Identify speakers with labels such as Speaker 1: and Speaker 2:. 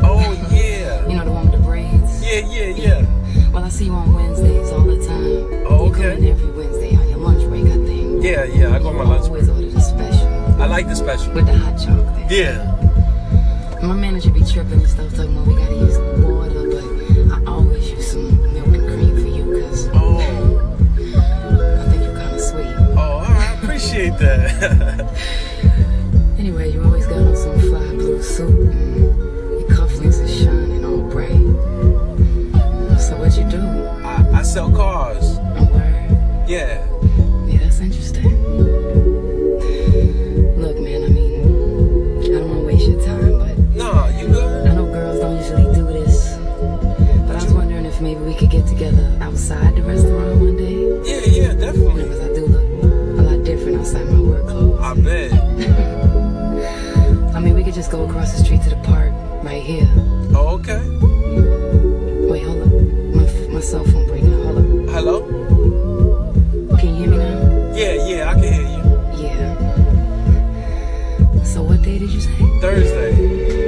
Speaker 1: Oh, uh,
Speaker 2: Oh, Yeah, yeah. Oh, I go on my lunch
Speaker 1: Always
Speaker 2: break.
Speaker 1: order the special
Speaker 2: I like the special.
Speaker 1: with the hot chocolate.
Speaker 2: Yeah.
Speaker 1: My manager be tripping and stuff, talking about we gotta use water, but I always use some milk and cream for you because
Speaker 2: Oh.
Speaker 1: I think you're kind of sweet.
Speaker 2: Oh, all right. I appreciate that.
Speaker 1: Anyway, you always got on some fly blue suit and your cufflinks is shining all bright. So what you do?
Speaker 2: I, I sell cars.
Speaker 1: I'm worried.
Speaker 2: Yeah.
Speaker 1: Yeah, that's interesting. Look, man, I mean, I don't want to waste your time, but
Speaker 2: No, you good?
Speaker 1: I know girls don't usually do this. But I was wondering if maybe we could get together outside the restaurant one day.
Speaker 2: Yeah, yeah, definitely.
Speaker 1: Because I do look a lot different outside my work clothes.
Speaker 2: I bet.
Speaker 1: I mean, we could just go across the street to the park right here.
Speaker 2: Oh, okay.
Speaker 1: Wait, hold up. My, f- my cell phone breaking up. Hold
Speaker 2: Hello?
Speaker 1: up. Can you hear me now?
Speaker 2: Yeah, yeah. I can hear you.
Speaker 1: Yeah. So what day did you say?
Speaker 2: Thursday.